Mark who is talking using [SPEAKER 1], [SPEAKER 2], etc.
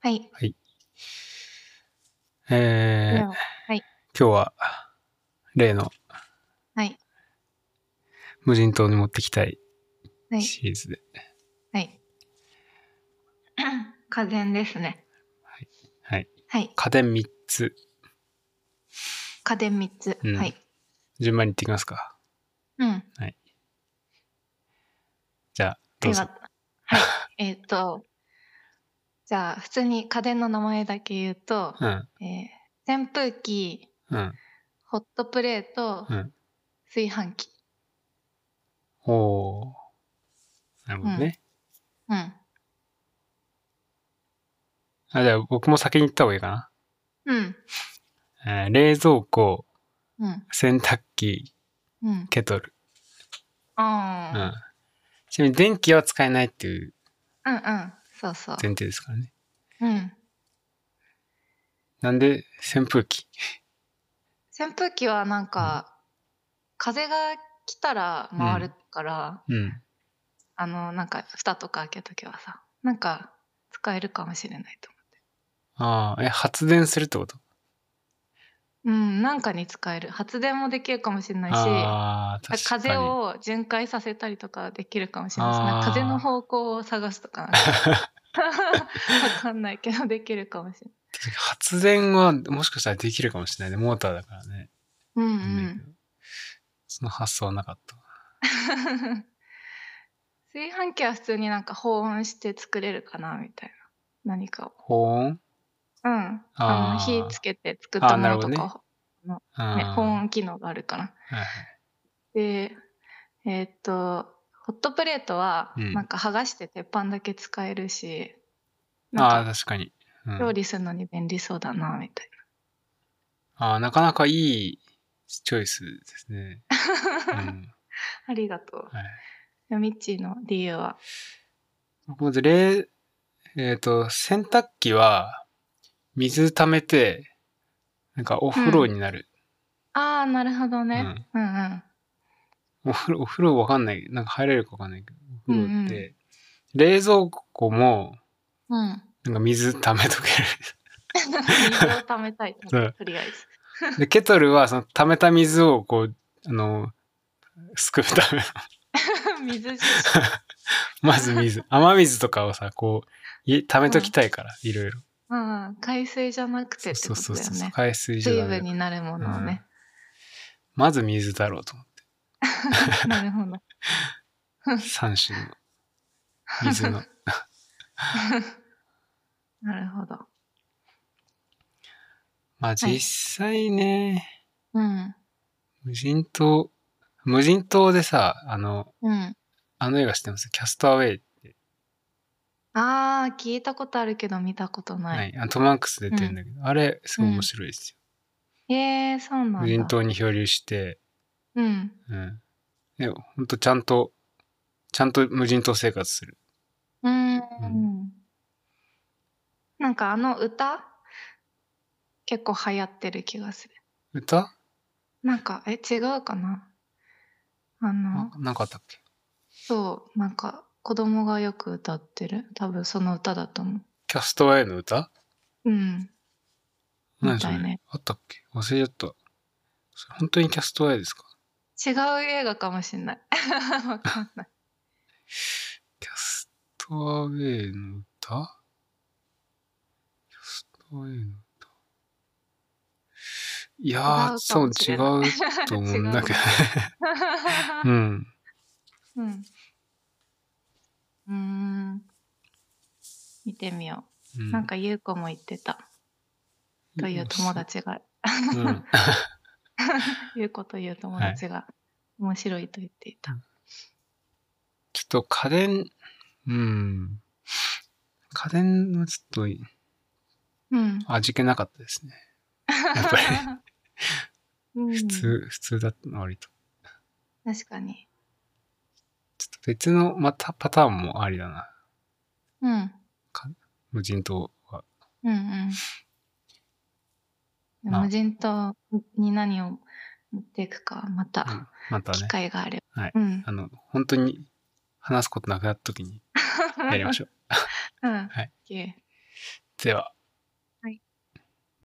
[SPEAKER 1] はい。
[SPEAKER 2] はい。え
[SPEAKER 1] で
[SPEAKER 2] え、
[SPEAKER 1] ははい。
[SPEAKER 2] 今日は、例の
[SPEAKER 1] はい。
[SPEAKER 2] 無人島に持ってきたい
[SPEAKER 1] はい。
[SPEAKER 2] シリーズで。
[SPEAKER 1] はい。 家電ですね。
[SPEAKER 2] はい。はい。
[SPEAKER 1] はい。
[SPEAKER 2] 家電3つ。
[SPEAKER 1] 家電3つ、
[SPEAKER 2] う
[SPEAKER 1] は
[SPEAKER 2] ん。
[SPEAKER 1] い。
[SPEAKER 2] 順番に行ってきますか。
[SPEAKER 1] うん。
[SPEAKER 2] はい。じゃあ、ど
[SPEAKER 1] で
[SPEAKER 2] うぞ。
[SPEAKER 1] は、は い。えっとじゃあ、普通に家電の名前だけ言うと、
[SPEAKER 2] うん。
[SPEAKER 1] ええ、扇風機、
[SPEAKER 2] うん。
[SPEAKER 1] ホットプレート、
[SPEAKER 2] うん。
[SPEAKER 1] 炊飯器。
[SPEAKER 2] おお。なるほ
[SPEAKER 1] う
[SPEAKER 2] ど
[SPEAKER 1] ん。
[SPEAKER 2] ね。
[SPEAKER 1] うん。
[SPEAKER 2] あ、じゃあ、僕も先に行った方がいいかな。
[SPEAKER 1] うん。
[SPEAKER 2] ええ、冷蔵庫、
[SPEAKER 1] うん。
[SPEAKER 2] 洗濯機、
[SPEAKER 1] うん。
[SPEAKER 2] ケトル。う
[SPEAKER 1] あ
[SPEAKER 2] ん。
[SPEAKER 1] あ。
[SPEAKER 2] ちなみに電気は使えないっていう
[SPEAKER 1] うんうん、そうそう。
[SPEAKER 2] 前提ですからね。
[SPEAKER 1] うん。
[SPEAKER 2] なんで、扇風機。
[SPEAKER 1] 扇風機はなん
[SPEAKER 2] うん。
[SPEAKER 1] か、風が来たら
[SPEAKER 2] う
[SPEAKER 1] 回る
[SPEAKER 2] ん。
[SPEAKER 1] から、
[SPEAKER 2] うん。
[SPEAKER 1] あの、なんか蓋とか開けとけばさ、なんか使えるかもしれないと思って。
[SPEAKER 2] ああ、え、発電するってこと
[SPEAKER 1] うん、なんかに使える。発電もできるかもしれないし、
[SPEAKER 2] ああ、
[SPEAKER 1] あ、
[SPEAKER 2] 確
[SPEAKER 1] 風
[SPEAKER 2] かに。
[SPEAKER 1] を巡回させたりとかできるかもしれないし、なんか風の
[SPEAKER 2] あ
[SPEAKER 1] 方向を探すとかな んか、
[SPEAKER 2] あ。
[SPEAKER 1] わかんないけどできるかもしれない。
[SPEAKER 2] 発電はもしかしたらできるかもしれないね。モーターだからね。
[SPEAKER 1] う
[SPEAKER 2] わかんない
[SPEAKER 1] んう
[SPEAKER 2] け
[SPEAKER 1] ん。
[SPEAKER 2] ど。その発想はなかったわ。
[SPEAKER 1] 炊飯器は普通になんか保温して作れるかなみたいな。何かを。
[SPEAKER 2] 保温
[SPEAKER 1] うん。あの、火つ
[SPEAKER 2] あ
[SPEAKER 1] けて作っ
[SPEAKER 2] あ。あ
[SPEAKER 1] た
[SPEAKER 2] あ、
[SPEAKER 1] も
[SPEAKER 2] なる
[SPEAKER 1] の
[SPEAKER 2] ほど
[SPEAKER 1] と
[SPEAKER 2] ね。
[SPEAKER 1] かを、のね、保
[SPEAKER 2] あ
[SPEAKER 1] 温機能があるから。
[SPEAKER 2] あ、はいはい。
[SPEAKER 1] で、えーっと、ホットプレートは、
[SPEAKER 2] う
[SPEAKER 1] なん
[SPEAKER 2] ん。
[SPEAKER 1] か剥がして鉄板だけ使えるし、なん
[SPEAKER 2] ああ、
[SPEAKER 1] か、
[SPEAKER 2] 確かに。う
[SPEAKER 1] 料
[SPEAKER 2] ん。
[SPEAKER 1] 理するのに便利そうだな、みたい
[SPEAKER 2] ああ、なかなかいいチョイスです ね。う
[SPEAKER 1] な。
[SPEAKER 2] ん。
[SPEAKER 1] ありがとう。
[SPEAKER 2] はい。
[SPEAKER 1] でミッチーの理由は。
[SPEAKER 2] 僕まず、冷、えっと、洗濯機は水溜めて、なんかお
[SPEAKER 1] う
[SPEAKER 2] 風呂
[SPEAKER 1] ん。
[SPEAKER 2] になる。
[SPEAKER 1] ああ、なるほど
[SPEAKER 2] う
[SPEAKER 1] ね。
[SPEAKER 2] ん。
[SPEAKER 1] うんうん。
[SPEAKER 2] お風呂、お風呂わかんない。なんか入れるかわかんないけど、お
[SPEAKER 1] うん
[SPEAKER 2] 風呂っ
[SPEAKER 1] うん。
[SPEAKER 2] て、冷蔵庫も、
[SPEAKER 1] うん。
[SPEAKER 2] なんか水溜めとける。
[SPEAKER 1] 水を溜めたいと、
[SPEAKER 2] そう。
[SPEAKER 1] とりあえず。
[SPEAKER 2] で、ケトルはその溜めた水をこう、あの、すくうための
[SPEAKER 1] 水重視。
[SPEAKER 2] まず水。雨水とかをさ、こう、い溜め
[SPEAKER 1] う
[SPEAKER 2] とき
[SPEAKER 1] ん。
[SPEAKER 2] たいから、いろいろ。
[SPEAKER 1] うん、海水じゃなくて
[SPEAKER 2] そ
[SPEAKER 1] っ
[SPEAKER 2] う
[SPEAKER 1] て
[SPEAKER 2] そ
[SPEAKER 1] こと
[SPEAKER 2] うそう
[SPEAKER 1] だよ
[SPEAKER 2] そうそう、
[SPEAKER 1] ね。
[SPEAKER 2] 海水じゃ
[SPEAKER 1] 水
[SPEAKER 2] ダメ
[SPEAKER 1] 分
[SPEAKER 2] だ
[SPEAKER 1] になるも
[SPEAKER 2] か
[SPEAKER 1] のを
[SPEAKER 2] ら。うん。
[SPEAKER 1] ね。
[SPEAKER 2] まず水だろうと思っ て。
[SPEAKER 1] なるほど。
[SPEAKER 2] 三種 の水の。
[SPEAKER 1] なるほど。
[SPEAKER 2] まあ
[SPEAKER 1] は
[SPEAKER 2] 実
[SPEAKER 1] い。
[SPEAKER 2] 際ね、
[SPEAKER 1] うん。
[SPEAKER 2] 無人島、無人島でさ、あの、
[SPEAKER 1] うん。
[SPEAKER 2] あの映画知ってますキャストアウェイって。
[SPEAKER 1] ああ、聞いたことあるけど見たことな。
[SPEAKER 2] はいい。あトムハンクス出
[SPEAKER 1] う
[SPEAKER 2] てるん
[SPEAKER 1] ん。
[SPEAKER 2] だけど、あれ、す
[SPEAKER 1] う
[SPEAKER 2] ごい面
[SPEAKER 1] ん。
[SPEAKER 2] 白いですよ。
[SPEAKER 1] ええ、そうな
[SPEAKER 2] 無
[SPEAKER 1] ん
[SPEAKER 2] 人
[SPEAKER 1] だ。
[SPEAKER 2] 島に漂流して、
[SPEAKER 1] うん。
[SPEAKER 2] うん。で、ほんとちゃんと、ちゃんと無人島生活する。
[SPEAKER 1] うー
[SPEAKER 2] うん。
[SPEAKER 1] ん。なんかあの歌、結構流行ってる気がする。
[SPEAKER 2] 歌
[SPEAKER 1] なんか、え、違うかなあ
[SPEAKER 2] なん
[SPEAKER 1] の、
[SPEAKER 2] か、なんかあったっけ
[SPEAKER 1] そう、なんか子供がよく歌ってる。多分その歌だと思
[SPEAKER 2] キャストアウェイの歌
[SPEAKER 1] う。うん。み
[SPEAKER 2] 何そ
[SPEAKER 1] たい
[SPEAKER 2] れ
[SPEAKER 1] ね。
[SPEAKER 2] あったっけ忘れちゃった。それ本当にキャストアウェイですか
[SPEAKER 1] 違う映画かもし んない。わかんない。
[SPEAKER 2] キャストアウェイの歌キャストアウェイの歌い
[SPEAKER 1] 違
[SPEAKER 2] やー、
[SPEAKER 1] うか
[SPEAKER 2] そ
[SPEAKER 1] も
[SPEAKER 2] う、
[SPEAKER 1] し
[SPEAKER 2] 違
[SPEAKER 1] れない。
[SPEAKER 2] うと思
[SPEAKER 1] 違
[SPEAKER 2] うんだ
[SPEAKER 1] う
[SPEAKER 2] けど
[SPEAKER 1] の。
[SPEAKER 2] ね。うん。
[SPEAKER 1] うん。うーん。見てみよ
[SPEAKER 2] う
[SPEAKER 1] う。なん
[SPEAKER 2] ん。
[SPEAKER 1] か、ゆうこも言ってた。という
[SPEAKER 2] お
[SPEAKER 1] 友
[SPEAKER 2] そう。
[SPEAKER 1] 達が、
[SPEAKER 2] うん。
[SPEAKER 1] ゆうこという友
[SPEAKER 2] はい。
[SPEAKER 1] 達が面白いと言っていうた。
[SPEAKER 2] んちょっと家電、うん。家電はちょっと
[SPEAKER 1] うん。
[SPEAKER 2] 味気なかったですね。やっぱり
[SPEAKER 1] う
[SPEAKER 2] 普
[SPEAKER 1] ん。
[SPEAKER 2] 通、普通だったの割と。
[SPEAKER 1] 確かに。
[SPEAKER 2] ちょっと別のまたパターンもありだな。
[SPEAKER 1] うん。
[SPEAKER 2] か無人島は。
[SPEAKER 1] うんうん。無
[SPEAKER 2] ま
[SPEAKER 1] 人島に何を持っていくか、ま
[SPEAKER 2] あ、うん。
[SPEAKER 1] た
[SPEAKER 2] また
[SPEAKER 1] 機
[SPEAKER 2] ね。
[SPEAKER 1] 会があれ
[SPEAKER 2] はい。
[SPEAKER 1] ば。うん。
[SPEAKER 2] あの、本当に話すことなくなった時にやりましょう。
[SPEAKER 1] うん。
[SPEAKER 2] はい。
[SPEAKER 1] OK
[SPEAKER 2] では。